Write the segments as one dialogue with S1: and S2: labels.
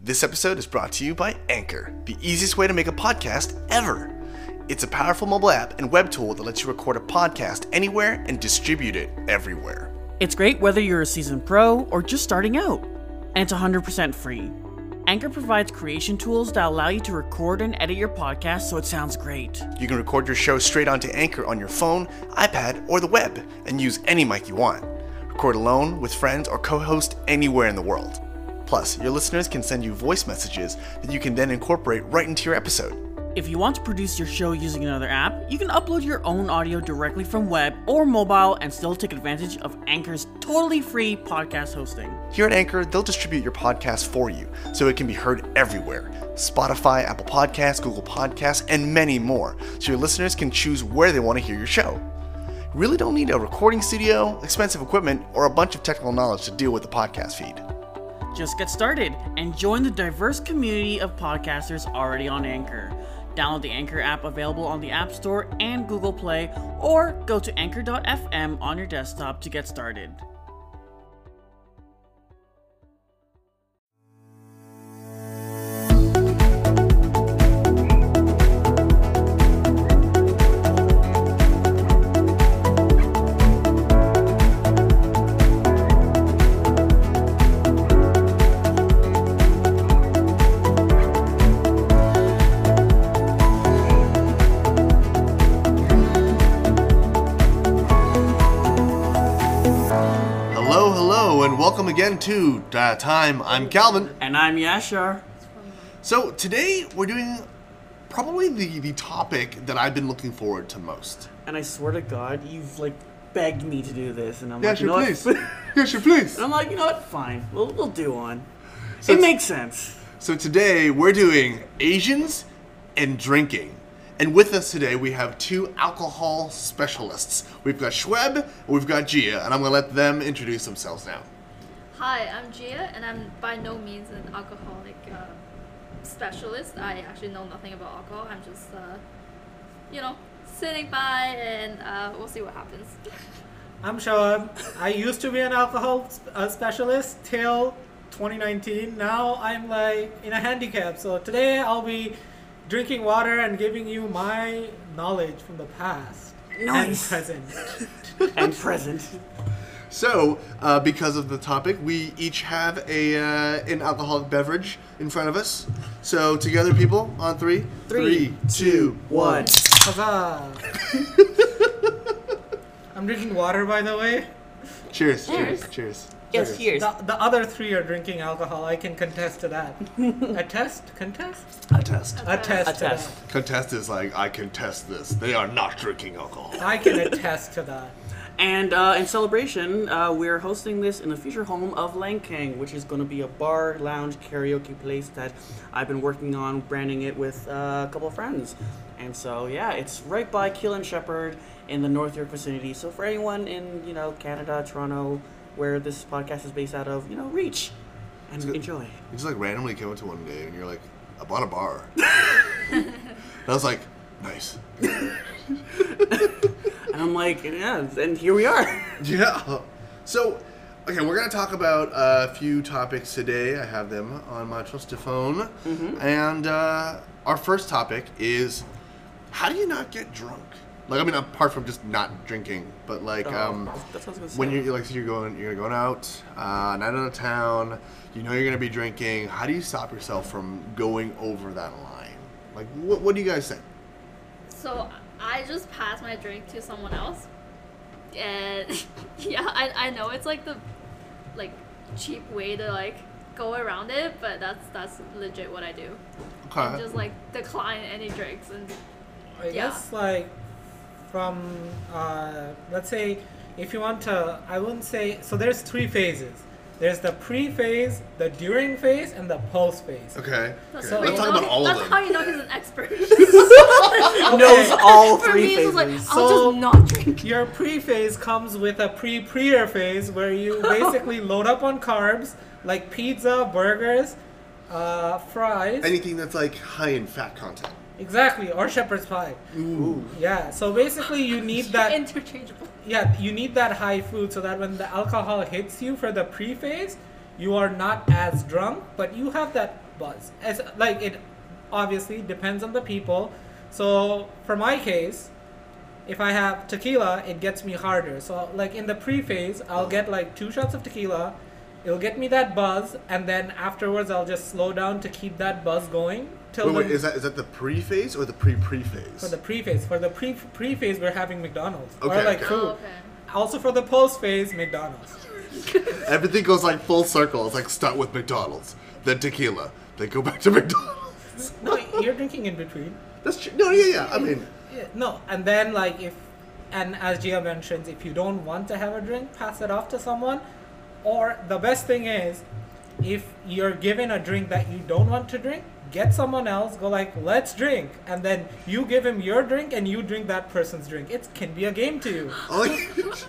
S1: This episode is brought to you by Anchor, the easiest way to make a podcast ever. It's a powerful mobile app and web tool that lets you record a podcast anywhere and distribute it everywhere.
S2: It's great whether you're a seasoned pro or just starting out, and it's 100% free. Anchor provides creation tools that allow you to record and edit your podcast so it sounds great.
S1: You can record your show straight onto Anchor on your phone, iPad, or the web, and use any mic you want. Record alone, with friends, or co host anywhere in the world. Plus, your listeners can send you voice messages that you can then incorporate right into your episode.
S2: If you want to produce your show using another app, you can upload your own audio directly from web or mobile and still take advantage of Anchor's totally free podcast hosting.
S1: Here at Anchor, they'll distribute your podcast for you so it can be heard everywhere Spotify, Apple Podcasts, Google Podcasts, and many more, so your listeners can choose where they want to hear your show. You really don't need a recording studio, expensive equipment, or a bunch of technical knowledge to deal with the podcast feed.
S2: Just get started and join the diverse community of podcasters already on Anchor. Download the Anchor app available on the App Store and Google Play, or go to anchor.fm on your desktop to get started.
S1: Hello, hello, and welcome again to uh, Time. I'm Calvin.
S2: And I'm Yashar.
S1: So today we're doing probably the, the topic that I've been looking forward to most.
S2: And I swear to God, you've like begged me to do this, and I'm like,
S1: Yes,
S2: you
S1: your
S2: know
S1: place.
S2: what?
S1: Yes, your place.
S2: And I'm like, you know what? Fine, we'll we'll do one. it
S1: it's-
S2: makes sense.
S1: So today we're doing Asians and drinking. And with us today we have two alcohol specialists. We've got Schweb and we've got Gia, and I'm gonna let them introduce themselves now.
S3: Hi, I'm Gia, and I'm by no means an alcoholic uh, specialist. I actually know nothing about alcohol. I'm just, uh, you know, sitting by, and uh, we'll see what happens.
S4: I'm Sean. I used to be an alcohol sp- uh, specialist till 2019. Now I'm like in a handicap. So today I'll be drinking water and giving you my knowledge from the past
S2: Nice.
S4: and present.
S2: and present.
S1: So, uh, because of the topic, we each have a uh, an alcoholic beverage in front of us. So, together, people, on three,
S2: Three,
S1: two,
S2: One.
S4: Huzzah! I'm drinking water, by the way.
S1: Cheers! Cheers! Cheers!
S2: Yes, cheers.
S4: The, the other three are drinking alcohol. I can contest to that. Attest? Contest?
S1: Contest.
S4: Attest. to
S2: Attest.
S4: that.
S1: Contest is like I contest this. They are not drinking alcohol.
S4: I can attest to that.
S2: And uh, in celebration, uh, we're hosting this in the future home of Lankang, which is going to be a bar, lounge, karaoke place that I've been working on branding it with uh, a couple of friends. And so, yeah, it's right by Keel and Shepherd in the North York vicinity. So for anyone in, you know, Canada, Toronto, where this podcast is based out of, you know, reach and enjoy.
S1: You just like randomly came up to one day and you're like, I bought a bar. and I was like, nice.
S2: And I'm like, yeah, and here we are.
S1: Yeah. So, okay, we're going to talk about a few topics today. I have them on my trusty phone.
S2: Mm-hmm.
S1: And uh, our first topic is how do you not get drunk? Like, I mean, apart from just not drinking, but like,
S2: Oh,
S1: um,
S2: that's what I was gonna
S1: when
S2: say.
S1: you're like, so you're going, you're going out, uh, night out of town, you know you're gonna be drinking. How do you stop yourself from going over that line? Like, what, what do you guys think?
S3: So I just pass my drink to someone else, and yeah, I, I know it's like the like cheap way to like go around it, but that's that's legit what I do.
S1: Okay.
S3: Just like decline any drinks and
S4: I
S3: Yeah.
S4: guess like from uh, let's say if you want to I wouldn't say so there's three phases. There's the pre phase, the during phase, and the post phase.
S1: okay.
S3: that's,
S1: okay.
S3: how
S1: Let's
S3: you
S1: talk
S3: know
S1: about
S3: he-
S1: all
S3: that's
S1: of them.
S3: how you know he's an expert.
S2: knows all
S3: For
S2: three
S3: me, it's
S2: phases.
S3: just like
S4: So-
S3: I'll just not drink.
S4: Your pre phase comes with a pre prior phase where you basically load up on carbs like pizza, burgers, uh, fries.
S1: Anything that's like high in fat content.
S4: exactly, or shepherd's pie.
S1: Ooh.
S4: Yeah, so basically you need that.
S3: interchangeable.
S4: yeah, you need that high food so that when the alcohol hits you for the pre phase, you are not as drunk, but you have that buzz. As like it obviously depends on the people. So for my case, if I have tequila, it gets me harder. So like in the pre-phase, I'll get like two shots of tequila. It'll get me that buzz, and then afterwards, I'll just slow down to keep that buzz going till
S1: Wait, wait,
S4: the,
S1: is that is that the pre phase or the pre pre
S4: for
S1: phase?
S4: the pre-phase. For the pre pre-phase, we're having McDonald's or
S1: Okay,
S4: like
S1: okay.
S4: food.
S3: Oh, okay.
S4: Also for the post-phase, McDonald's.
S1: Everything goes like full circle. It's like start with McDonald's, then tequila, then go back to McDonald's.
S4: No, you're drinking in between.
S1: That's true. No, yeah, yeah. I mean,
S4: Yeah, no, and then like if, and as Gia mentions, if you don't want to have a drink, pass it off to someone. Or the best thing is, if you're given a drink that you don't want to drink, get someone else. Go like, let's drink, and then you give him your drink and you drink that person's drink. It can be a game to you.
S1: all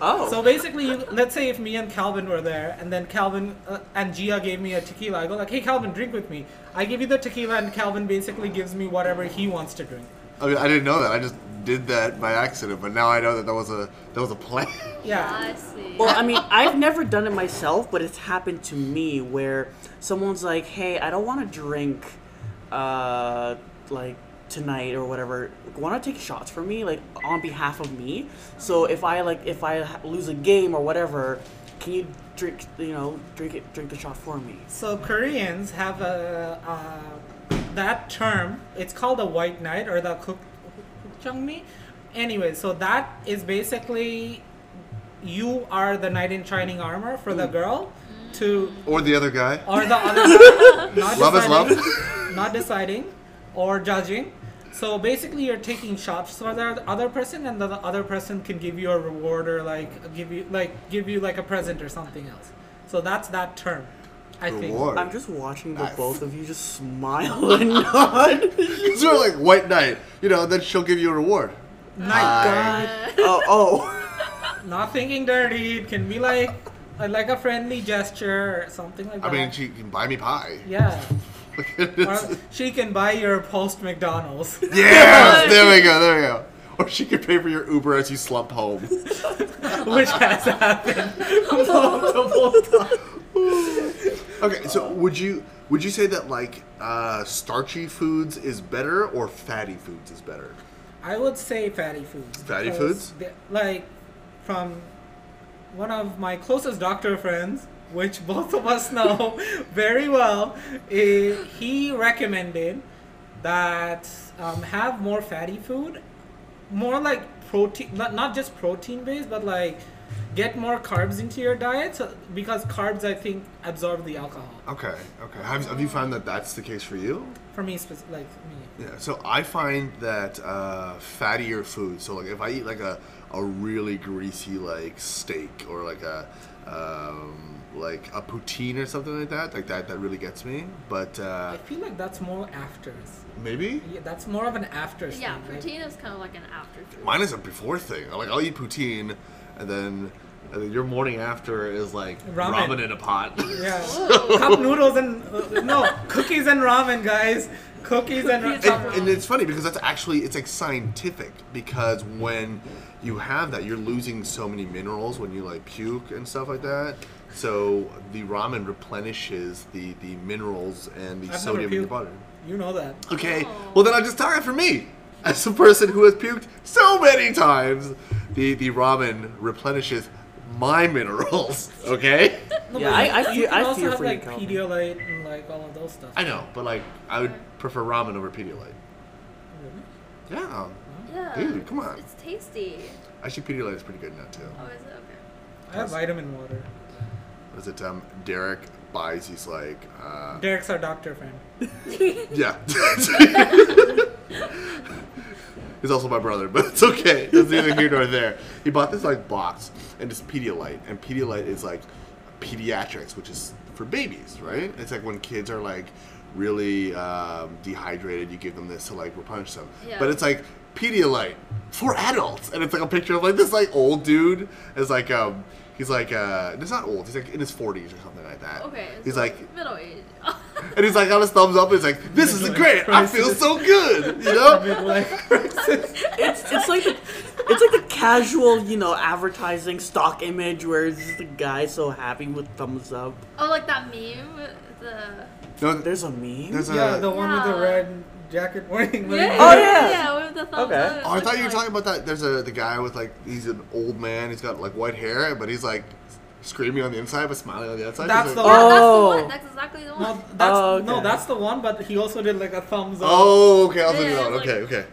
S2: Oh.
S4: So basically, you, let's say if me and Calvin were there, and then Calvin uh, and Gia gave me a tequila, I go like, "Hey, Calvin, drink with me." I give you the tequila, and Calvin basically gives me whatever he wants to drink.
S1: I mean, I didn't know that. I just did that by accident, but now I know that that was a that was a plan.
S4: Yeah,
S3: I see.
S2: Well, I mean, I've never done it myself, but it's happened to me where someone's like, "Hey, I don't want to drink, uh, like tonight or whatever. Want to take shots for me, like on behalf of me? So if I like, if I ha- lose a game or whatever, can you drink, you know, drink it, drink the shot for me?
S4: So Koreans have a uh, that term. It's called the white knight or the cook changmi. Anyway, so that is basically you are the knight in shining armor for the girl to
S1: Or the other guy.
S4: or the other not
S1: Love is
S4: deciding, not deciding or judging. So basically, you're taking shots for the other person, and the other person can give you a reward or like give you like give you like a present or something else. So that's that term. I think.
S1: Reward.
S2: I'm just watching the
S1: Nice.
S2: both of you just smile and nod.
S1: So like white knight, you know. Then she'll give you a reward.
S4: Knight.
S2: oh, oh.
S4: not thinking dirty. It can be like uh, like a friendly gesture or something like
S1: I
S4: that.
S1: mean, she can buy me pie.
S4: yeah. Or
S1: It's-
S4: she can buy your post McDonald's.
S1: yes, there we go, there we go. Or she can pay for your Uber as you slump home.
S4: which has happened multiple times.
S1: Okay, so would you would you say that like uh, starchy foods is better or fatty foods is better?
S4: I would say fatty foods.
S1: Fatty
S4: because
S1: foods?
S4: they- like from one of my closest doctor friends, which both of us know very well, eh, he recommended that um, have more fatty food, more like protein, not, not just protein based, but like get more carbs into your diet so, because carbs, I think, absorb the alcohol.
S1: Okay, okay. Have, have you found that that's the case for you?
S4: For me, spec- like me.
S1: Yeah. So I find that uh, fattier food. So like if I eat like a, a really greasy like steak or like a um, like a poutine or something like that, like that that really gets me. But
S4: I
S1: uh,
S4: feel like that's more afters.
S1: maybe
S4: Yeah, that's more of an after.
S3: yeah,
S4: thing, like-
S3: protein is kind of like an afterthought.
S1: Mine is a before thing. Like I'll eat poutine, and then, and then your morning after is like
S4: Ramen.
S1: ramen, in a pot.
S4: Yeah.
S3: Whoa.
S4: Cup noodles and uh, no cookies and ramen, guys. Cookies and
S3: Cookies
S4: ramen.
S1: and, and it's funny because that's actually it's like scientific because when you have that you're losing so many minerals when you like puke and stuff like that. So the ramen replenishes the the minerals and the
S4: I've never
S1: sodium in your
S4: puked.
S1: body.
S4: You know that.
S1: Okay.
S3: Oh.
S1: Well, then I'm just talking for me. As a person who has puked so many times, the, the ramen replenishes my minerals. Okay.
S4: No,
S2: Yeah,
S4: but
S2: I- I
S4: you- you
S2: fear-
S4: can
S2: I
S4: also
S2: fear
S4: have
S2: for you,
S4: like
S2: Calvin.
S4: Pedialyte and like all of those stuff.
S1: I know, but like I would prefer ramen over Pedialyte.
S4: Really?
S1: Yeah,
S3: Yeah.
S1: Dude, come on.
S3: It's, it's tasty.
S1: actually Pedialyte is pretty good now too.
S3: Oh, is it? Okay.
S4: I have vitamin water.
S1: Was it um Derek buys? He's like, uh,
S4: Derek's our doctor friend.
S1: yeah. He's also my brother, but it's okay. That's neither here nor there. He bought this like box, and it's Pedialyte, and Pedialyte is like pediatrics, which is for babies, right? It's like when kids are like really um, dehydrated, you give them this to like replenish them.
S3: Yeah.
S1: But it's like Pedialyte for adults, and it's like a picture of like this like old dude. It's like um, he's like uh, it's not old. He's like in his forties or something like that.
S3: Okay.
S1: He's
S3: so
S1: like
S3: middle age.
S1: and he's like on his thumbs up. He's like, "This is great. I feel so good." You know?
S4: Like,
S2: It's it's like the it's like the casual, you know, advertising stock image where it's just a guy so happy with thumbs up.
S3: Oh, like that meme. The
S1: No,
S2: There's a meme.
S1: There's a-
S4: yeah, the one with the
S3: Yeah.
S4: red jacket wearing.
S3: yeah,
S2: Oh,
S4: wearing-
S2: yeah.
S3: with the thumbs
S2: Okay.
S3: up.
S1: Oh, I thought you were
S3: Like-
S1: talking about that. There's a the guy with like he's an old man. He's got like white hair, but he's like screaming on the inside but smiling on the outside.
S4: That's
S1: He's
S4: the
S1: like,
S3: Yeah, that's the
S2: Oh.
S3: one. That's exactly the
S4: No,
S3: one.
S4: that's
S2: Oh,
S4: no,
S2: okay.
S4: that's the one. But he also did like a thumbs up.
S1: Oh, okay. I'll think
S3: Yeah,
S1: about it.
S3: like-
S1: Okay, okay.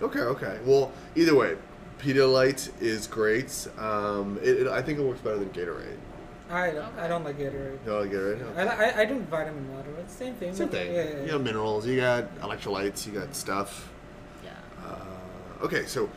S1: Okay, okay. Well, either way, Pedialyte is great. Um, it, it, I think it works better than Gatorade.
S4: I don't, I
S3: Okay.
S4: don't like Gatorade.
S1: You know, like Gatorade. No.
S4: I, li- I I drink vitamin water. It's the same thing.
S1: Same
S4: but-
S1: thing.
S4: Yeah, yeah,
S1: You
S4: yeah.
S1: got minerals. You got electrolytes. You got stuff.
S3: Yeah.
S1: Uh, okay, so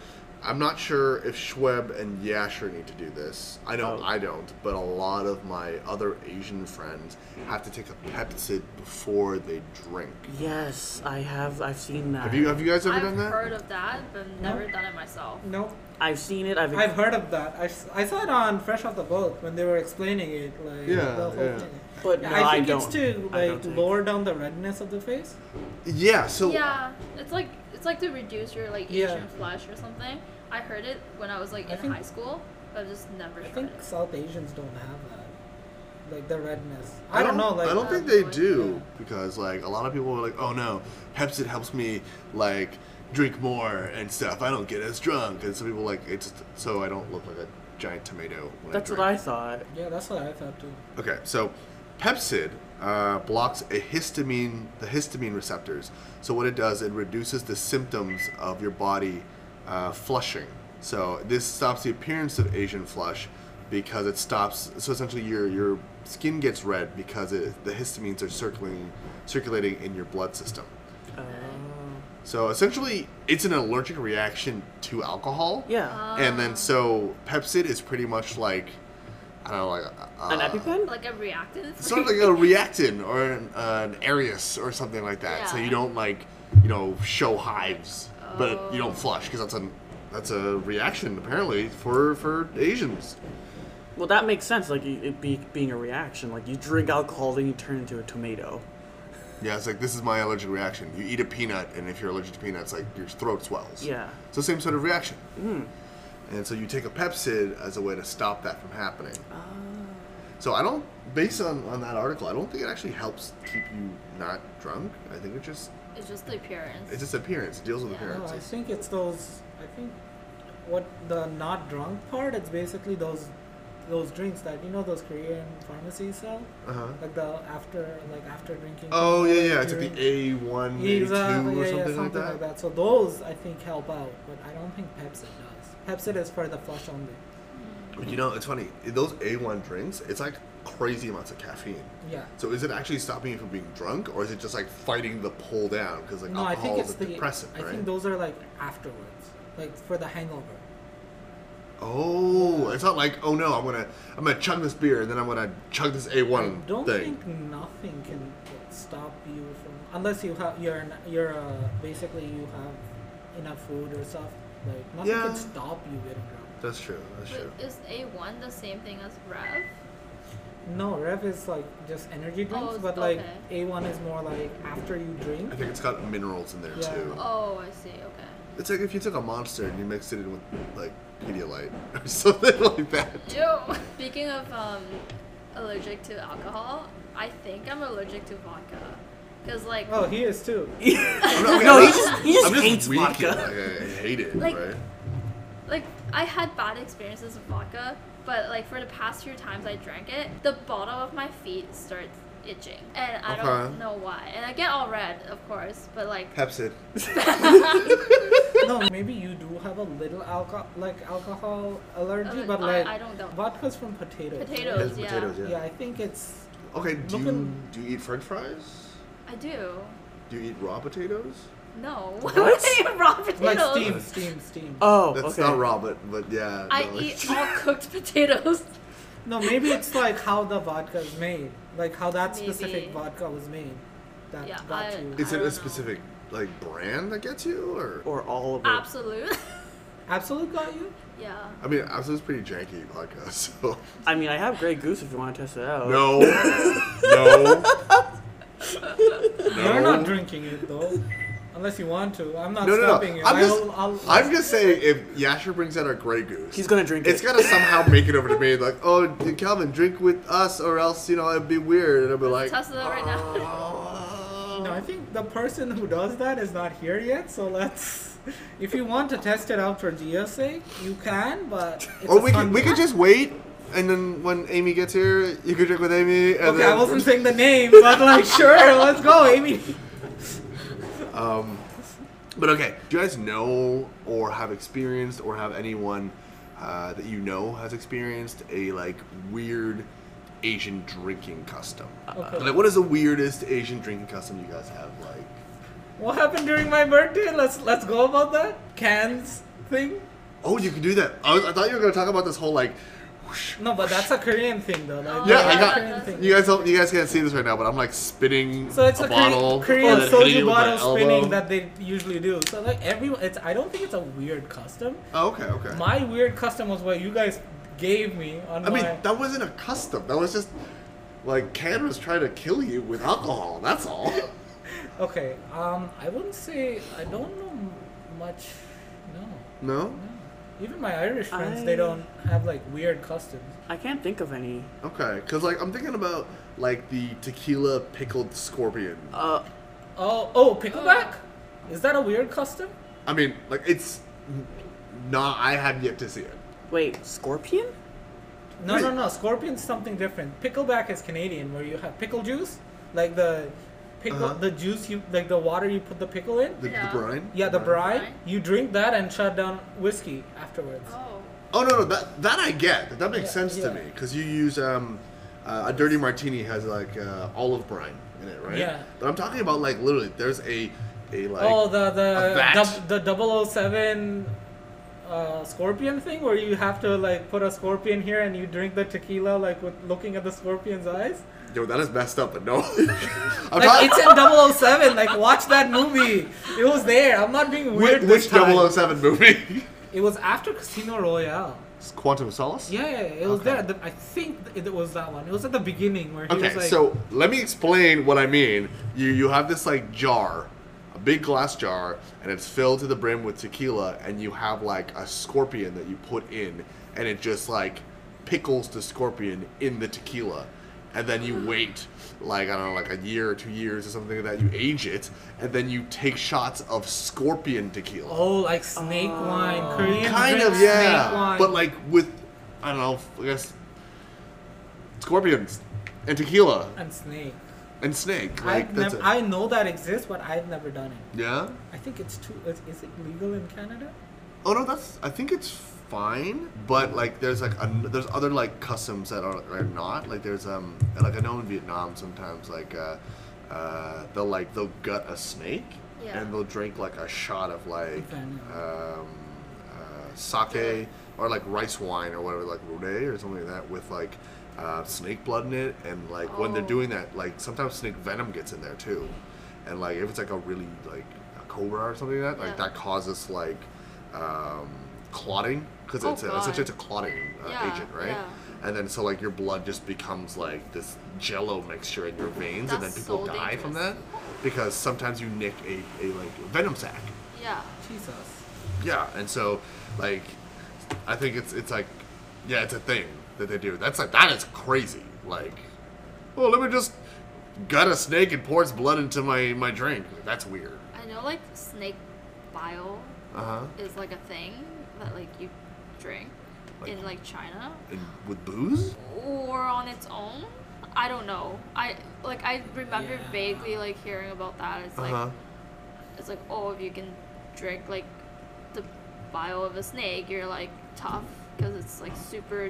S1: I'm not sure if Schweb and Yasher need to do this. I know
S2: Oh.
S1: I don't, but a lot of my other Asian friends have to take a Pepsid before they drink.
S2: Yes, I have. I've seen that.
S1: Have you have you guys ever
S3: I've
S1: done that?
S3: heard of that, but never done it myself.
S4: No,
S2: I've seen it. I've.
S4: I've heard of that. I, s- I saw it on Fresh Off the Boat when they were explaining it, like
S1: Yeah,
S4: the whole
S1: yeah.
S4: thing.
S2: But no,
S4: I think
S2: don't.
S4: it's to
S2: I don't
S4: like
S2: take-
S4: lower down the redness of the face.
S1: yeah. So
S3: yeah, it's like it's like to reduce your like
S4: Yeah.
S3: Asian flush or something. I heard it when I was like
S4: I
S3: in
S4: think-
S3: high school, but I've just never
S4: I
S3: tried
S4: think
S3: it.
S4: South Asians don't have that, like the redness. I, don't, know. Like
S1: I don't think
S3: um,
S1: they
S3: like-
S1: do because like a lot of people are like, oh no, Pepsid helps me like drink more and stuff. I don't get as drunk, and some people like it's so I don't look like a giant tomato. When
S2: That's
S1: I drink.
S2: what I thought.
S4: Yeah, that's what I thought too.
S1: Okay, so Pepsid uh, blocks a histamine, the histamine receptors. So what it does, it reduces the symptoms of your body uh, flushing. So this stops the appearance of Asian flush because it stops. So essentially, your your skin gets red because it, the histamines are circling, circulating in your blood system.
S2: Oh.
S1: So essentially, it's an allergic reaction to alcohol.
S2: yeah.
S1: And then so Pepsid is pretty much like, I don't know, like uh,
S2: An EpiPen.
S3: Like a reactant.
S1: sort of like a reactant or an, uh, an Arius or something like that. So
S3: Yeah.
S1: you don't like, you know, show hives, but you
S3: Oh.
S1: don't flush because that's a that's a reaction apparently for for Asians.
S2: Well, that makes sense. Like it it be, being a reaction. Like you drink alcohol, then you turn into a tomato.
S1: Yeah, it's like this is my allergic reaction. You eat a peanut, and if you're allergic to peanuts, like your throat swells.
S2: Yeah.
S1: So same sort of reaction. And so you take a Pepsid as a way to stop that from happening.
S3: Oh.
S1: So I don't, based on, on that article, I don't think it actually helps keep you not drunk. I think it just
S3: it's just the appearance.
S1: it's just appearance. It deals with
S3: Yeah. oh,
S4: No,
S1: appearances.
S4: I think it's those. I think what the not drunk part. It's basically those those drinks that you know those Korean pharmacies sell,
S1: Uh-huh.
S4: like the after like after drinking.
S1: Oh yeah, yeah.
S4: or
S1: It's like
S4: during-
S1: the A one, A two, or
S4: Exactly,
S1: something,
S4: yeah, yeah,
S1: like that.
S4: So those I think help out, but I don't think Pepsi does. Pepsi is for the flush only.
S1: But you know, it's funny. Those A one drinks, it's like crazy amounts of caffeine.
S4: Yeah.
S1: So is it actually stopping you from being drunk, or is it just like fighting the pull down? Because like
S4: No, I
S1: alcohol
S4: think it's
S1: is a
S4: the.
S1: depressant,
S4: I
S1: right?
S4: think those are like afterwards, like for the hangover.
S1: oh, it's not like oh no, I'm gonna I'm gonna chug this beer and then I'm gonna chug this A one
S4: I don't
S1: thing.
S4: think nothing can like, stop you from unless you have you're an, you're uh, basically you have enough food or stuff. Like nothing
S1: Yeah.
S4: can stop you getting drunk.
S1: That's true. That's true.
S3: Wait, is A one the same thing as rev?
S4: No, Rev is like just energy drinks,
S3: Oh, it's-
S4: but like
S3: okay.
S4: A one is more like after you drink.
S1: I think it's got minerals in there
S4: Yeah.
S1: too.
S3: Oh, I see. Okay.
S1: It's like if you took a monster and you mixed it in with like Pedialyte or something like that.
S3: Yo. Speaking of um, allergic to alcohol, I think I'm allergic to vodka, cause like
S4: Oh, he is too.
S1: I'm not-
S2: No,
S1: I'm
S2: he
S1: not-
S2: just- he just
S1: I'm
S2: hates
S1: weak
S2: vodka.
S1: at it. Like, I, I hate it,
S3: Like-
S1: right?
S3: like I had bad experiences with vodka, but like for the past few times I drank it, the bottom of my feet starts itching, and I
S1: Okay.
S3: don't know why. And I get all red, of course, but like
S1: Pepsid.
S4: no, maybe you do have a little alcohol, like alcohol allergy,
S3: Uh,
S4: but
S3: I-
S4: like
S3: I don't know.
S4: vodka's from potatoes. right?
S3: potatoes, yeah,
S4: Yeah. I think it's
S1: Okay, do
S4: Looking-
S1: you, do you eat french fries?
S3: I do.
S1: Do you eat raw potatoes?
S3: No,
S2: What?
S3: raw
S4: like
S3: potatoes.
S4: steam, steam, steam.
S2: Oh,
S1: That's
S2: okay.
S1: not raw, but, but yeah.
S3: I
S1: no.
S3: eat all cooked potatoes.
S4: No, maybe it's like how the vodka is made, like how that specific
S3: Maybe.
S4: vodka was made. That
S3: Yeah,
S4: got
S3: I-
S4: you.
S1: Is
S3: I
S1: it
S3: don't know.
S1: a specific like brand that gets you, or
S2: Or all of it.
S3: Absolute.
S4: Absolute got you.
S3: yeah.
S1: I mean, Absolute's pretty janky vodka. So
S2: I mean, I have Grey Goose if you want to test it out.
S1: no, no,
S2: Oh.
S4: You're not drinking it though. Unless you want to. I'm not
S1: No, no,
S4: stopping
S1: no.
S4: you.
S1: I'm just,
S4: I'll, I'll,
S1: I'm just saying, if Yasher brings out our Grey Goose,
S2: He's gonna drink
S1: It's
S2: it.
S1: gotta somehow make it over to me, like, oh, Calvin, drink with us, or else you know it'd be weird, and I'd be like,
S3: Toss it out right now.
S1: "Oh."
S4: No, I think the person who does that is not here yet, so let's. If you want to test it out for Gia's sake, you can, but. It's
S1: Or
S4: a
S1: we
S4: fun
S1: could, we could
S4: game.
S1: just wait, and then when Amy gets here, you could drink with Amy. And
S4: Okay,
S1: then,
S4: I wasn't saying the name, but like, sure, let's go, Amy.
S1: But okay, do you guys know or have experienced or have anyone uh, that you know has experienced a like weird Asian drinking custom?
S4: Okay.
S1: Like, what is the weirdest Asian drinking custom you guys have? Like,
S4: What happened during my birthday? Let's let's go about that cans thing.
S1: oh, you can do that. I, was, I thought you were gonna talk about this whole like. whoosh.
S4: No, but that's a Korean thing, though. Like,
S1: Yeah,
S4: that's
S1: I
S4: a
S1: got-
S4: Korean thing.
S1: You guys don't. You guys can't see this right now, but I'm like spinning
S4: So it's a,
S1: a,
S4: Korean-
S1: bottle.
S4: Korean
S1: and then hitting it
S4: soju
S1: with my
S4: bottle spinning
S1: elbow.
S4: that they usually do. So like everyone, it's I don't think it's a weird custom.
S1: Oh, okay, okay.
S4: My weird custom was what you guys gave me on
S1: I
S4: my.
S1: mean, that wasn't a custom. That was just like Canada's trying to kill you with alcohol. That's all.
S4: okay, um, I wouldn't say I don't know m- much. No,
S1: No.
S4: even my Irish friends, they
S2: I-
S4: don't have like weird customs.
S2: I can't think of any.
S1: Okay, because like I'm thinking about like the tequila pickled scorpion.
S2: Uh,
S4: Oh, oh, pickleback. Is that a weird custom?
S1: I mean, like it's n- not. I have yet to see it.
S2: wait, scorpion?
S4: No,
S1: Wait.
S4: no, no. Scorpion's something different. Pickleback is Canadian, where you have pickle juice, like the pickle,
S1: Uh-huh.
S4: the juice you, like the water you put the pickle in.
S1: The,
S3: Yeah.
S1: the brine.
S4: Yeah, the brine.
S3: Brine.
S4: You drink that and shut down whiskey afterwards.
S3: Oh.
S1: Oh no, no, that that I get. That makes
S4: Yeah,
S1: sense to
S4: yeah.
S1: me because you use um, uh, a dirty martini has like uh, olive brine in it, right?
S4: Yeah.
S1: But I'm talking about like literally, there's a a like.
S4: oh, the
S1: a
S4: the
S1: vat.
S4: dub, the 007 uh, scorpion thing, where you have to like put a scorpion here and you drink the tequila like with looking at the scorpion's eyes.
S1: Yo, that is messed up, but no. I'm
S4: Like it's in 007. Like watch that movie. It was there. I'm not being
S1: which,
S4: weird.
S1: which
S4: this time.
S1: 007 movie?
S4: It was after Casino Royale.
S1: Quantum of Solace.
S4: Yeah, yeah, it was
S1: Okay.
S4: there. The, I think it was that one. It was at the beginning where he
S1: Okay,
S4: was like,
S1: so let me explain what I mean. You you have this like jar, a big glass jar, and it's filled to the brim with tequila, and you have like a scorpion that you put in, and it just like pickles the scorpion in the tequila, and then
S4: Hmm.
S1: you wait like I don't know like a year or two years or something like that. You age it, and then you take shots of scorpion tequila.
S4: oh, like snake wine, Korean
S1: kind
S4: Oh, drink
S1: of
S4: snake
S1: yeah,
S4: wine.
S1: but like with I don't know I guess scorpions and tequila
S4: and snake.
S1: and snake. Like
S4: I've
S1: that's
S4: never,
S1: it.
S4: I know that exists, but I've never done it.
S1: yeah.
S4: I think it's too. Is, is it legal in Canada?
S1: Oh no, that's. I think it's fine, but like there's like an, there's other like customs that are, are not like there's um like I know in Vietnam sometimes like uh, uh they'll like they'll gut a snake
S3: Yeah.
S1: and they'll drink like a shot of like
S4: Venom.
S1: um, uh, sake or like rice wine or whatever like rosé or something like that with like. Uh, snake blood in it, and like when they're
S3: Oh.
S1: doing that, like sometimes snake venom gets in there too, and like if it's like a really like a cobra or something like that, like
S3: Yeah.
S1: that causes like um, clotting because
S3: Oh,
S1: it's a,
S3: God.
S1: essentially it's a clotting uh,
S3: Yeah,
S1: agent, right?
S3: yeah.
S1: And then so like your blood just becomes like this jello mixture in your veins, and then
S3: That's
S1: people
S3: so
S1: die from that
S3: dangerous.
S1: because sometimes you nick a, a like venom sac.
S3: Yeah.
S4: Jesus.
S1: Yeah, and so like I think it's it's like yeah, it's a thing that they do. That's like that is crazy. Like, oh, let me just gut a snake and pour its blood into my my drink. That's weird.
S3: I know like snake bile
S1: Uh huh.
S3: is like a thing that like you drink
S1: Like-
S3: in like China
S1: And with booze.
S3: or on its own. I don't know. I like I remember
S4: Yeah.
S3: vaguely like hearing about that. It's like
S1: Uh-huh.
S3: it's like oh if you can drink like the bile of a snake you're like tough because it's like super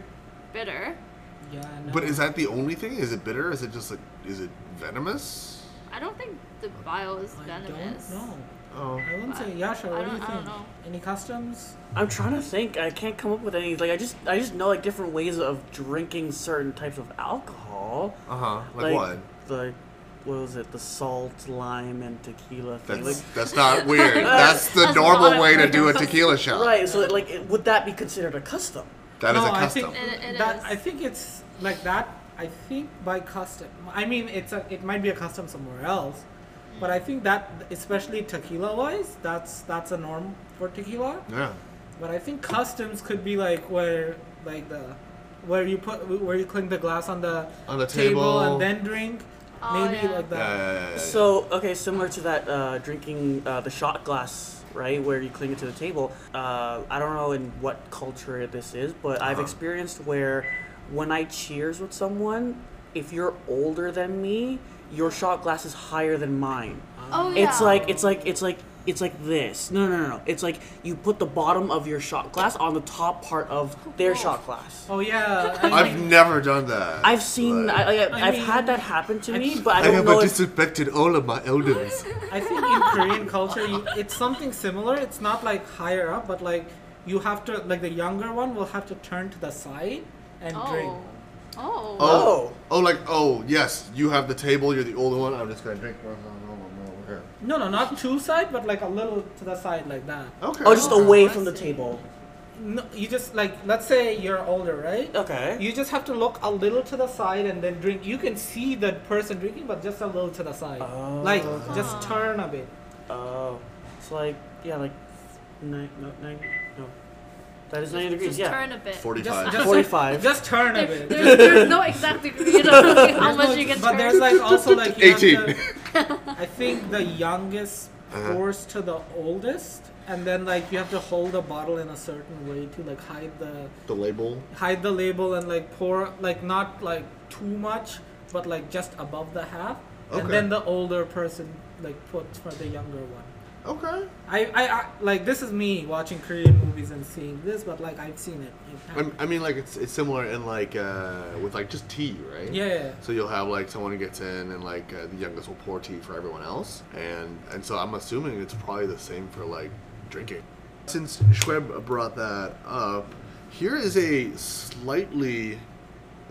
S3: bitter.
S4: Yeah. No.
S1: But is that the only thing? Is it bitter? Is it just like is it venomous?
S3: I don't think the bile is
S4: I
S3: venomous.
S4: don't know.
S1: Oh.
S4: I wouldn't say. Yasha,
S3: I
S4: what do
S3: don't-
S4: you
S3: I don't
S4: think?
S3: know.
S4: Any customs?
S2: I'm trying to think. I can't come up with any. Like I just, I just know like different ways of drinking certain types of alcohol.
S1: Uh huh. Like, what?
S2: The, what was it? The salt, lime, and tequila thing.
S1: That's
S2: like,
S1: that's not weird. That's the
S3: That's not
S1: normal
S3: a
S1: way to do a
S3: custom.
S1: tequila shot.
S2: right. So like, it, would that be considered a custom?
S1: That is
S4: no,
S1: a custom.
S4: I think
S3: It- it
S4: that
S3: is.
S4: I think it's like that. I think by custom. I mean, it's a. It might be a custom somewhere else, But I think that, especially tequila wise, that's that's a norm for tequila.
S1: Yeah.
S4: But I think customs could be like where like the where you put where you clink the glass on the
S1: On the table.
S4: and then drink.
S3: Oh,
S4: Maybe
S3: yeah.
S4: like
S1: Yeah,
S4: that.
S1: yeah, yeah, yeah,
S2: So okay, similar to that uh, drinking uh, the shot glass, right, where you cling it to the table. Uh, I don't know in what culture this is, but I've
S1: Uh-huh.
S2: experienced where when I cheers with someone, if you're older than me, your shot glass is higher than mine.
S3: Oh yeah.
S2: It's like it's like it's like it's like this. No, no, no, no. It's like you put the bottom of your shot glass on the top part of their shot glass.
S4: Oh yeah.
S1: yeah. I've never done that.
S2: I've seen.
S1: Like,
S2: I, I,
S4: I
S2: I've
S4: mean-
S2: had that happen to me,
S4: I-
S2: but I
S1: I
S2: don't
S1: have
S2: know. if-
S1: disrespected all of my elders.
S4: I think in Korean culture, you, it's something similar. It's not like higher up, but like you have to, like the younger one will have to turn to the side and drink.
S3: oh. Oh.
S1: Oh.
S2: Oh.
S1: Oh, like, oh, yes, you have the table, you're the older one, I'm just gonna drink. Okay.
S4: No, no, not two side, but like a little to the side, like that.
S2: oh, just away
S3: I
S2: from the
S3: see.
S2: table.
S4: No, you just like let's say you're older, right?
S2: Okay.
S4: You just have to look a little to the side and then drink. You can see the person drinking, but just a little to the side.
S2: Oh.
S4: Like just turn a bit.
S2: Oh, it's like yeah, like nine, no, nine, no. That is
S3: Just-
S2: ninety degrees.
S3: just
S2: Yeah.
S3: turn a bit.
S1: 45.
S4: just-
S2: Forty-five.
S4: Just turn a
S3: There-
S4: bit.
S3: There's, there's no exact degree of how
S4: There's
S3: much
S4: no-
S3: you can
S4: But
S3: turn.
S4: there's like also like you have
S1: 18.
S4: to- I think the youngest pours to the oldest, and then like you have to hold the bottle in a certain way to like hide the
S1: the label.
S4: hide the label and like pour like not like too much, but like just above the half,
S1: Okay.
S4: and then the older person like puts for the younger one.
S1: Okay.
S4: I, I, I like this is me watching Korean movies and seeing this, but like I've seen it.
S1: I, I mean, like, it's, it's similar in, like, uh, with, like, just tea, right?
S4: yeah, yeah, yeah.
S1: So you'll have like someone who gets in, and like uh, the youngest will pour tea for everyone else, and and so I'm assuming it's probably the same for like drinking. Since Schweb brought that up, here is a slightly,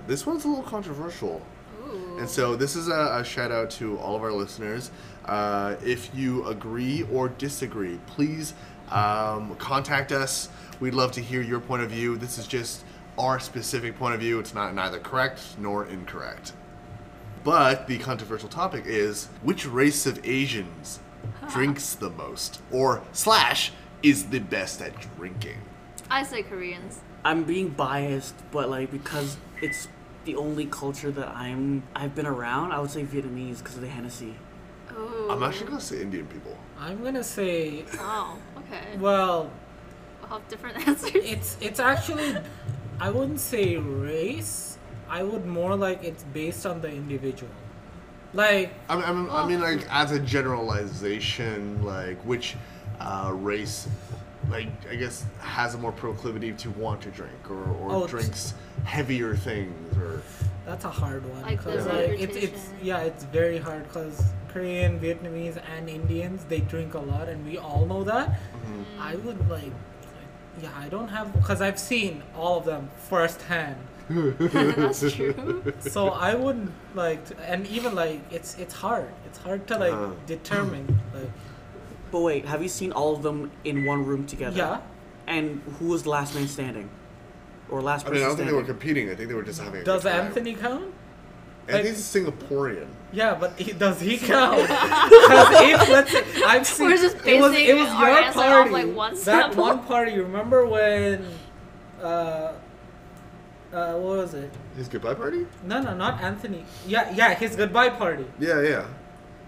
S1: this one's a little controversial.
S3: Ooh.
S1: And so this is a, a shout out to all of our listeners. Uh, if you agree or disagree, please um, contact us. We'd love to hear your point of view. This is just our specific point of view. It's not neither correct nor incorrect. But the controversial topic is which race of Asians drinks the most, or slash is the best at drinking.
S3: I say Koreans.
S2: I'm being biased, but like because it's the only culture that I'm I've been around, I would say Vietnamese because of the Hennessy.
S3: Ooh.
S1: I'm actually gonna say Indian people.
S4: I'm gonna say,
S3: Wow. Okay.
S4: well,
S3: We'll have different answers.
S4: it's it's actually, I wouldn't say race. I would more like it's based on the individual. Like
S1: I mean, I mean, I mean,
S4: Oh.
S1: like as a generalization, like which uh, race, like I guess, has a more proclivity to want to drink or, or
S4: Oh, it's-
S1: drinks heavier things or
S4: that's a hard one.
S3: Like the
S4: 'cause, it's it's
S3: reputation.
S4: yeah, it's very hard because Korean, Vietnamese, and Indians they drink a lot, and we all know that.
S3: Mm-hmm.
S4: I would like, yeah, I don't have because I've seen all of them firsthand.
S3: That's true.
S4: so I wouldn't like, to, and even like, it's it's hard. It's hard to like
S1: Uh.
S4: determine. Like,
S2: But wait, have you seen all of them in one room together?
S4: Yeah.
S2: And who was the last man standing, or last
S1: I
S2: person
S1: mean, I don't think they
S2: standing?
S1: were competing. I think they were just having. A
S4: does
S1: good time.
S4: Anthony count?
S1: Anthony's a Singaporean.
S4: Yeah, but he, does he count? 'Cause if let's say I've seen,
S3: We're just
S4: it was it
S3: basing
S4: was
S3: our
S4: your
S3: answer off,
S4: party.
S3: like, one
S4: that
S3: sample.
S4: one party. You remember when? Uh, uh, what was it?
S1: His goodbye party.
S4: No, no, not Anthony. Yeah, yeah, his goodbye party.
S1: Yeah, yeah.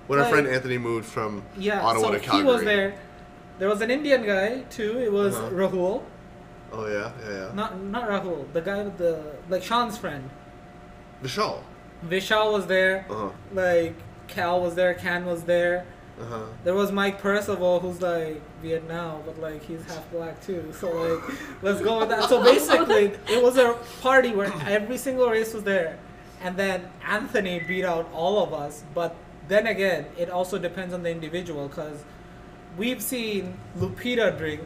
S1: When our
S4: Like-
S1: friend Anthony moved from
S4: Yeah,
S1: Ottawa
S4: so
S1: to Calgary.
S4: he was there. There was an Indian guy too. It was
S1: Uh-huh.
S4: Rahul.
S1: Oh yeah, yeah, yeah.
S4: Not not Rahul, the guy with the like Sean's friend.
S1: Vishal.
S4: Vishal was there.
S1: Uh huh.
S4: Like Cal was there. Can was there.
S1: Uh huh.
S4: There was Mike Percival, who's like Vietnam, but like he's half black too. So like, let's go with that. So basically, it was a party where every single race was there, and then Anthony beat out all of us. But then again, it also depends on the individual, because we've seen Lupita drink,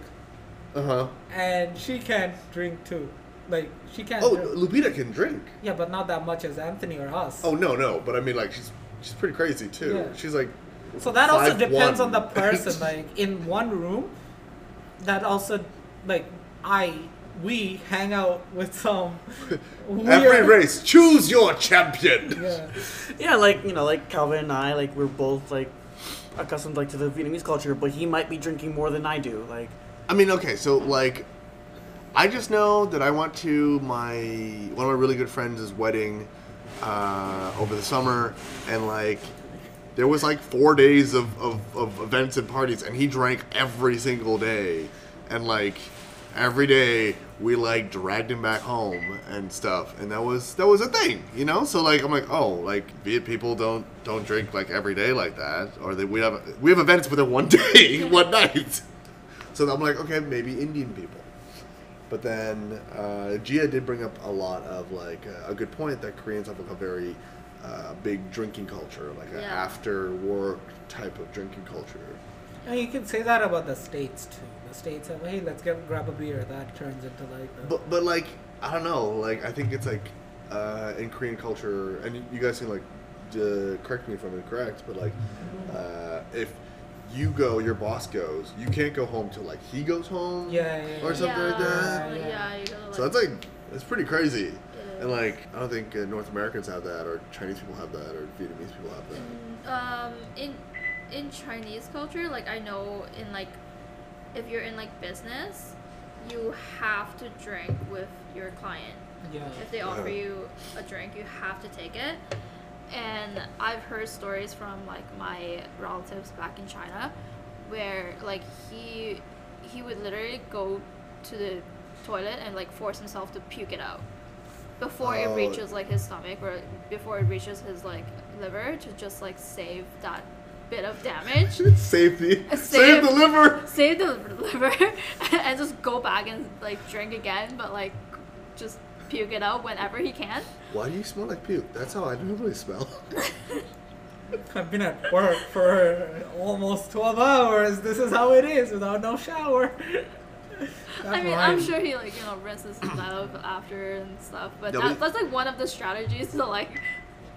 S1: Uh huh.
S4: and she can't drink too. Like she can't.
S1: Oh,
S4: drink.
S1: Lupita can drink.
S4: Yeah, but not that much as Anthony or us.
S1: Oh no, no. But I mean, like she's she's pretty crazy too.
S4: Yeah.
S1: She's like.
S4: so that also
S1: five,
S4: depends
S1: one.
S4: on the person. like in one room, that also like I we hang out with some
S1: Every
S4: weird-
S1: race, choose your champion.
S4: Yeah.
S2: Yeah, like you know, like Calvin and I, like we're both like accustomed like to the Vietnamese culture, but he might be drinking more than I do. Like,
S1: I mean, okay, so like, I just know that I went to my one of my really good friends' wedding uh, over the summer, and like, there was like four days of, of, of events and parties, and he drank every single day, and like, every day we like dragged him back home and stuff, and that was that was a thing, you know. So like, I'm like, oh, like Viet people don't don't drink like every day like that, or they, we have we have events within one day, one night. So I'm like, okay, maybe Indian people. But then uh, Gia did bring up a lot of like a good point that Koreans have like a very uh, big drinking culture, like an
S3: Yeah.
S1: after work type of drinking culture.
S4: And you can say that about the states too. The states have, hey, let's get grab a beer. That turns into like. A,
S1: But but like I don't know, like I think it's like uh, in Korean culture, and you- you guys can like uh, correct me if I'm incorrect, but like uh, if you go, your boss goes, you can't go home till like he goes home,
S4: Yeah, yeah,
S1: or
S4: yeah.
S1: something like that.
S3: Yeah,
S4: Yeah.
S3: yeah, you gotta,
S1: So that's like that's pretty crazy.
S3: Yeah.
S1: And like I don't think uh, North Americans have that, or Chinese people have that, or Vietnamese people have that.
S3: um in in Chinese culture, like I know in like if you're in like business, you have to drink with your client.
S4: yeah.
S3: If they offer
S1: Uh-huh.
S3: you a drink, you have to take it. And I've heard stories from like my relatives back in China where like he he would literally go to the toilet and like force himself to puke it out before
S1: Oh.
S3: it reaches like his stomach or before it reaches his like liver to just like save that bit of damage
S1: save the save,
S3: Save-
S1: the liver.
S3: save the liver and just go back and like drink again but like just puke it out whenever he can
S1: Why do you smell like puke? That's how I normally smell.
S4: I've been at work for almost 12 hours. This is how it is without no shower.
S3: I
S4: That's
S3: mean,
S4: mine.
S3: I'm sure he like you know rinses his mouth after and stuff, but
S1: Yeah,
S3: that,
S1: but-
S3: that's like one of the strategies to like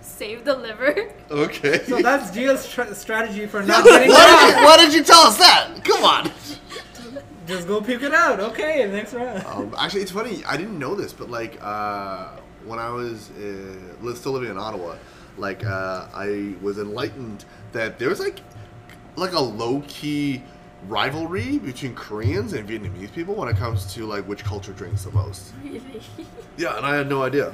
S3: save the liver.
S1: okay.
S4: So that's Gia's tra- strategy for not
S1: why, did
S4: getting
S1: you,
S4: out.
S1: why did you tell us that? Come on.
S4: Just go puke it out. Okay, next round.
S1: Um, actually, it's funny. I didn't know this, but like uh, when I was uh, li- still living in Ottawa, like uh, I was enlightened that there was like like a low key rivalry between Koreans and Vietnamese people when it comes to like which culture drinks the most.
S3: Really?
S1: Yeah, and I had no idea.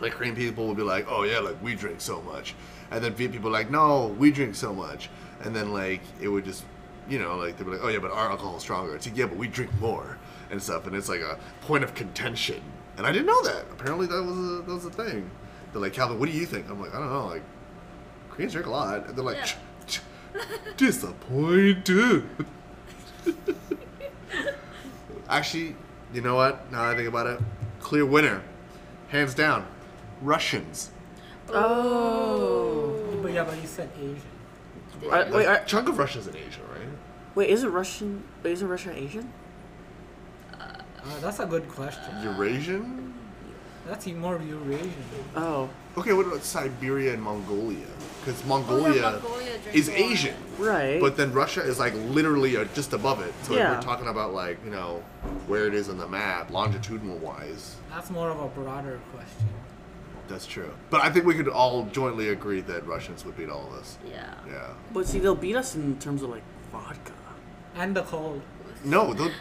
S1: Like Korean people would be like, "Oh yeah, like we drink so much," and then Viet people like, "No, we drink so much," and then like it would just, you know, like they'd be like, "Oh yeah, but our alcohol is stronger." It's like, "Yeah, but we drink more," and stuff, and it's like a point of contention. And I didn't know that. Apparently, that was a, that was a thing. They're like, "Calvin, what do you think?" I'm like, "I don't know." Like Koreans drink a lot, and they're like,
S3: Yeah.
S1: "Ch- ch- "Disappointed." Actually, you know what? Now that I think about it, clear winner, hands down, Russians.
S2: oh,
S4: But yeah, but you said Asian.
S2: Are- wait,
S1: a
S2: are-
S1: chunk of Russians in Asia, right?
S2: wait, is it Russian? Wait, is it Russia Asian?
S4: Uh, that's a good question.
S1: Eurasian.
S4: That's more Eurasian.
S2: Oh,
S1: Okay, what about Siberia and Mongolia? Because
S3: Oh, yeah,
S1: Mongolia,
S3: Mongolia drinks
S1: is
S3: a lot.
S1: Asian,
S2: right.
S1: but then Russia is like literally uh, just above it. So if
S2: Yeah.
S1: we're talking about like you know where it is on the map, longitudinal wise.
S4: That's more of a broader question.
S1: That's true. But I think we could all jointly agree that Russians would beat all of us.
S3: Yeah.
S1: Yeah.
S2: but see, they'll beat us in terms of like vodka.
S4: And the cold.
S1: No, they'll-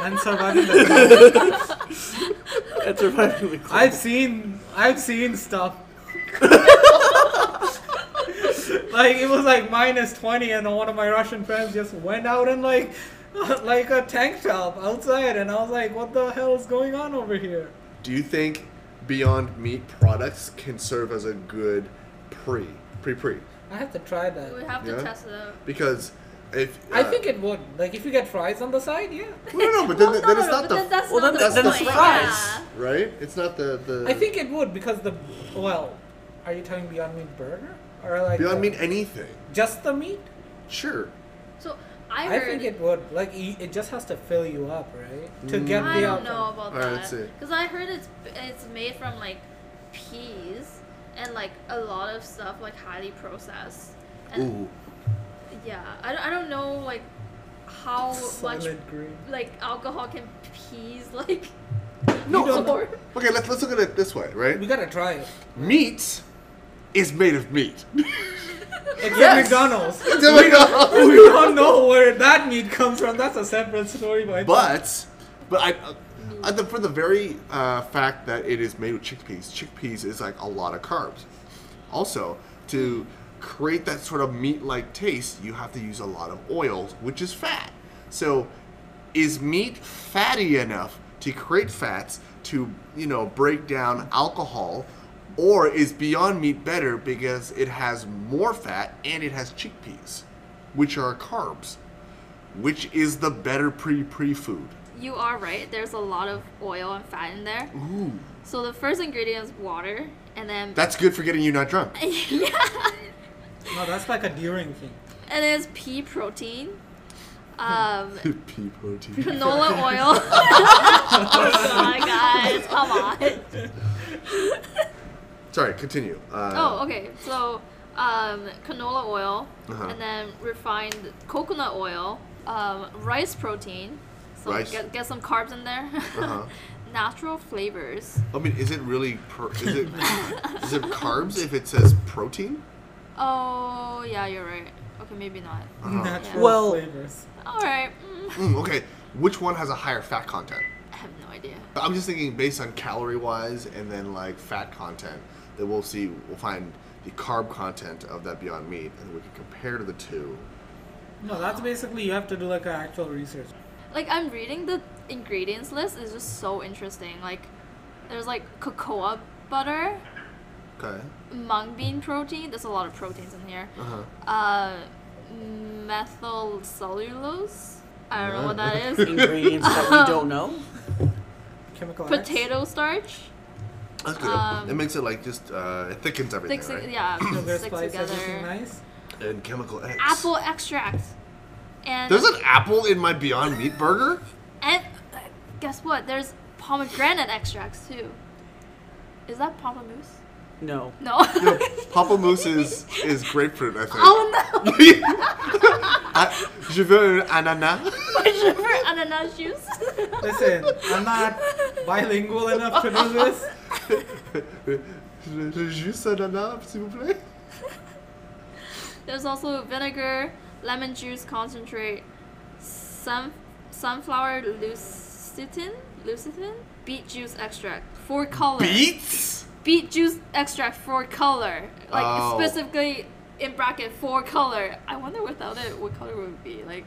S4: And surviving the cold.
S2: That's surviving the cold.
S4: I've seen I've seen stuff. like it was like minus twenty, and one of my Russian friends just went out in like like a tank top outside, and I was like, "What the hell is going on over here?"
S1: do you think Beyond Meat products can serve as a good pre pre pre?
S4: I have to try
S3: We
S4: that.
S3: have to
S1: Yeah.
S3: test it out.
S1: Because if
S4: I
S1: uh,
S4: think it would. Like if you get fries on the side, yeah.
S1: no no no, but then,
S3: Well,
S1: then
S3: no,
S1: it's
S3: no,
S1: not
S3: but
S1: the
S3: then that's
S2: Well,
S3: not
S2: then
S3: the
S1: that's the
S3: point.
S2: fries.
S1: right. It's not the the.
S4: I think it would because the well, are you talking Beyond Meat burger or like
S1: Beyond
S4: the-
S1: Meat anything.
S4: just the meat?
S1: Sure.
S3: Yeah. So I
S4: I
S3: heard.
S4: think it would. Like y- it just has to fill you up, right?
S1: Mm.
S4: To get
S3: I
S4: the
S3: don't
S4: outcome.
S3: know about
S1: Alright, let's see.
S3: that. Because I heard it's it's made from like peas and like a lot of stuff like highly processed. And
S1: Ooh.
S3: Yeah, I don't, I don't know like how much
S4: Silent green.
S3: like alcohol can peas like
S1: No,
S3: you know,
S1: okay, okay, let's let's look at it this way,
S4: We
S1: right?
S4: gotta try it.
S1: Meat is made of meat.
S4: Except
S2: Yes.
S4: McDonald's. we
S1: but
S4: don't know where that meat comes from. That's a separate story, by
S1: but I. Uh, uh, the, for the very uh, fact that it is made with chickpeas, chickpeas is like a lot of carbs. Also, to create that sort of meat-like taste, you have to use a lot of oils, which is fat. So, is meat fatty enough to create fats to you know break down alcohol, or is Beyond Meat better because it has more fat and it has chickpeas, which are carbs? Which is the better pre pre food?
S3: you are right there's a lot of oil and fat in there
S1: Ooh,
S3: so the first ingredient is water and then
S1: that's good for getting you not drunk.
S4: No, that's like a during thing.
S3: and then it's pea protein um
S1: Pea protein.
S3: canola oil oh my guys come on
S1: Sorry, continue.
S3: Oh,
S1: Uh,
S3: okay. So, um, canola oil,
S1: Uh-huh.
S3: and then refined coconut oil, um, rice protein. So
S1: Rice.
S3: Get, get some carbs in there.
S1: Uh-huh.
S3: Natural flavors.
S1: I mean, is it really pro- is it is it carbs if it says protein?
S3: Oh, yeah, you're right. Okay, maybe not.
S1: Uh-huh.
S4: Natural
S2: Well-
S4: flavors.
S3: All right. Mm,
S1: Mm, okay, which one has a higher fat content?
S3: I have no idea.
S1: I'm just thinking based on calorie wise and then like fat content that we'll see we'll find the carb content of that Beyond Meat and we can compare to the two.
S4: No, that's basically you have to do like an actual research.
S3: Like, I'm reading the ingredients list. It's just so interesting. Like, there's like cocoa butter,
S1: Okay.
S3: mung bean protein. There's a lot of proteins in here.
S1: Uh-huh.
S3: Uh, methyl cellulose. I don't know what that is.
S2: Ingredients that we don't know.
S4: Chemical. X.
S3: Potato starch.
S1: That's good.
S3: Um,
S1: it makes it like just uh, it thickens everything,
S3: Thick,
S1: right?
S3: yeah,
S4: Sugar
S3: stick
S4: spice, everything
S3: together.
S4: nice.
S1: And chemical X.
S3: Apple extract. And
S1: There's an apple in my Beyond Meat burger?
S3: and uh, guess what? There's pomegranate extracts too. Is that pomegranate?
S2: No.
S3: No.
S1: Papa Moose is, is grapefruit, I think.
S3: oh no!
S1: I, je veux un ananas.
S3: My sugar ananas juice.
S4: Listen, I'm not bilingual enough to do this.
S1: Le- le jus ananas, s'il vous plaît.
S3: There's also vinegar, lemon juice concentrate, sun sunflower leucithin, leucithin, beet juice extract for color.
S1: Beets?
S3: beet juice extract for color. Like
S1: Oh.
S3: specifically in bracket for color. I wonder without it, what color would it be? Like,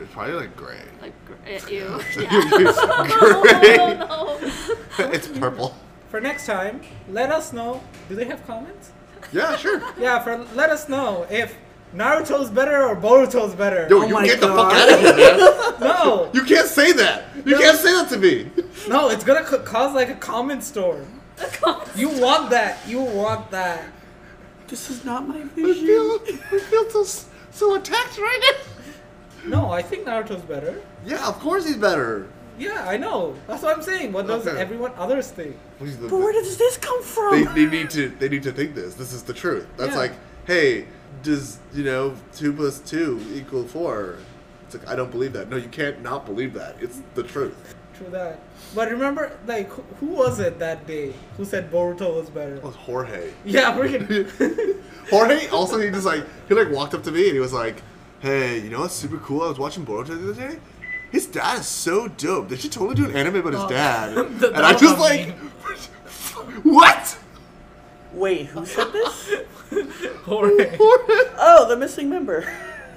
S1: It's probably like gray.
S3: like gr- eh, ew. Yeah.
S1: gray.
S3: no, no.
S1: it's purple.
S4: For next time, let us know. Do they have comments?
S1: Yeah, sure.
S4: Yeah, for let us know if Naruto's better or Boruto's better.
S1: Yo,
S2: Oh
S1: you
S2: my
S1: get the fuck
S2: God.
S1: out of here, man.
S4: No,
S1: You can't say that. You can't say that to me.
S4: no, it's gonna ca- cause like a comment storm. You want that? You want that?
S2: This is not my
S1: I
S2: vision.
S1: feel, I feel so, s- so attacked right
S4: No, I think Naruto's better.
S1: now. Yeah, of course he's better.
S4: Yeah, I know. That's what I'm saying. What does
S1: Okay.
S4: everyone others think?
S1: Please,
S2: But where does this come
S1: they,
S2: from?
S1: they need to they need to think this. This is the truth. That's
S4: Yeah.
S1: like, hey, does you know two plus two equal four? It's like I don't believe that. No, you can't not believe that. It's the truth.
S4: True that. But remember, like, who, who was it that day who said Boruto was better?
S1: It was Jorge.
S4: Yeah, freaking.
S1: Jorge also he just like he like walked up to me and he was like, hey, you know what's super cool? I was watching Boruto the other day. His dad is so dope. They should totally do an anime about his dad. and I
S4: Oh. that
S1: just
S4: was
S1: like,
S4: me.
S1: what?
S2: Wait, who said this?
S4: Jorge.
S2: Oh, the missing member.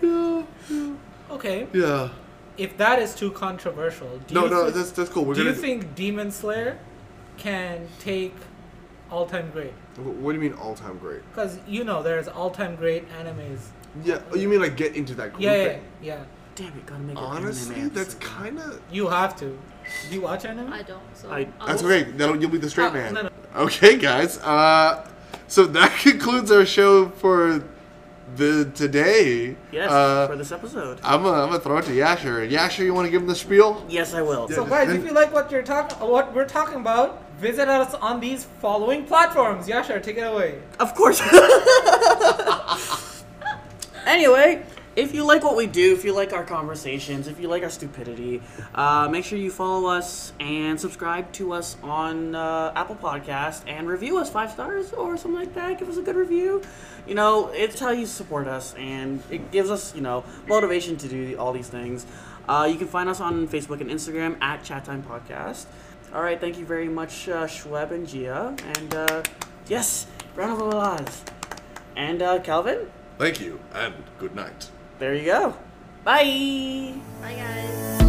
S4: Okay.
S1: Yeah.
S4: If that is too controversial, do
S1: No,
S4: you
S1: no,
S4: thi-
S1: that's that's cool. We're
S4: do
S1: gonna.
S4: you think Demon Slayer can take all-time great?
S1: Wh- what do you mean all time great?
S4: Because you know there's all-time great animes.
S1: Yeah. Oh, you mean like get into that group?
S4: Yeah, yeah, yeah.
S2: Damn it, gotta make it
S1: Honestly,
S2: anime
S1: that's
S2: episode.
S1: kind of.
S4: You have to. Do you watch anime?
S3: I don't. So
S2: I-
S3: I'll-
S1: That's okay. That'll, you'll be the straight
S4: Oh,
S1: man.
S4: no, no.
S1: Okay, guys. Uh, so that concludes our show for the today.
S2: Yes,
S1: Uh,
S2: for this episode.
S1: I'm gonna I'm gonna throw it to Yasher. Yasher, you want to give him the spiel?
S2: Yes, I will.
S1: Yeah.
S4: So guys, if you like what you're talking, what we're talking about, visit us on these following platforms. Yashar, take it away.
S2: Of course. anyway, if you like what we do, if you like our conversations, if you like our stupidity, uh, make sure you follow us and subscribe to us on uh, Apple Podcast and review us five stars or something like that. Give us a good review. You know, it's how you support us, and it gives us, you know, motivation to do all these things. Uh, you can find us on Facebook and Instagram at Chat Time Podcast. All right, thank you very much, uh, Schweb and Gia, and uh, yes, round of applause. And uh, Calvin,
S1: Thank you, and good night.
S2: there you go. Bye.
S3: Bye guys.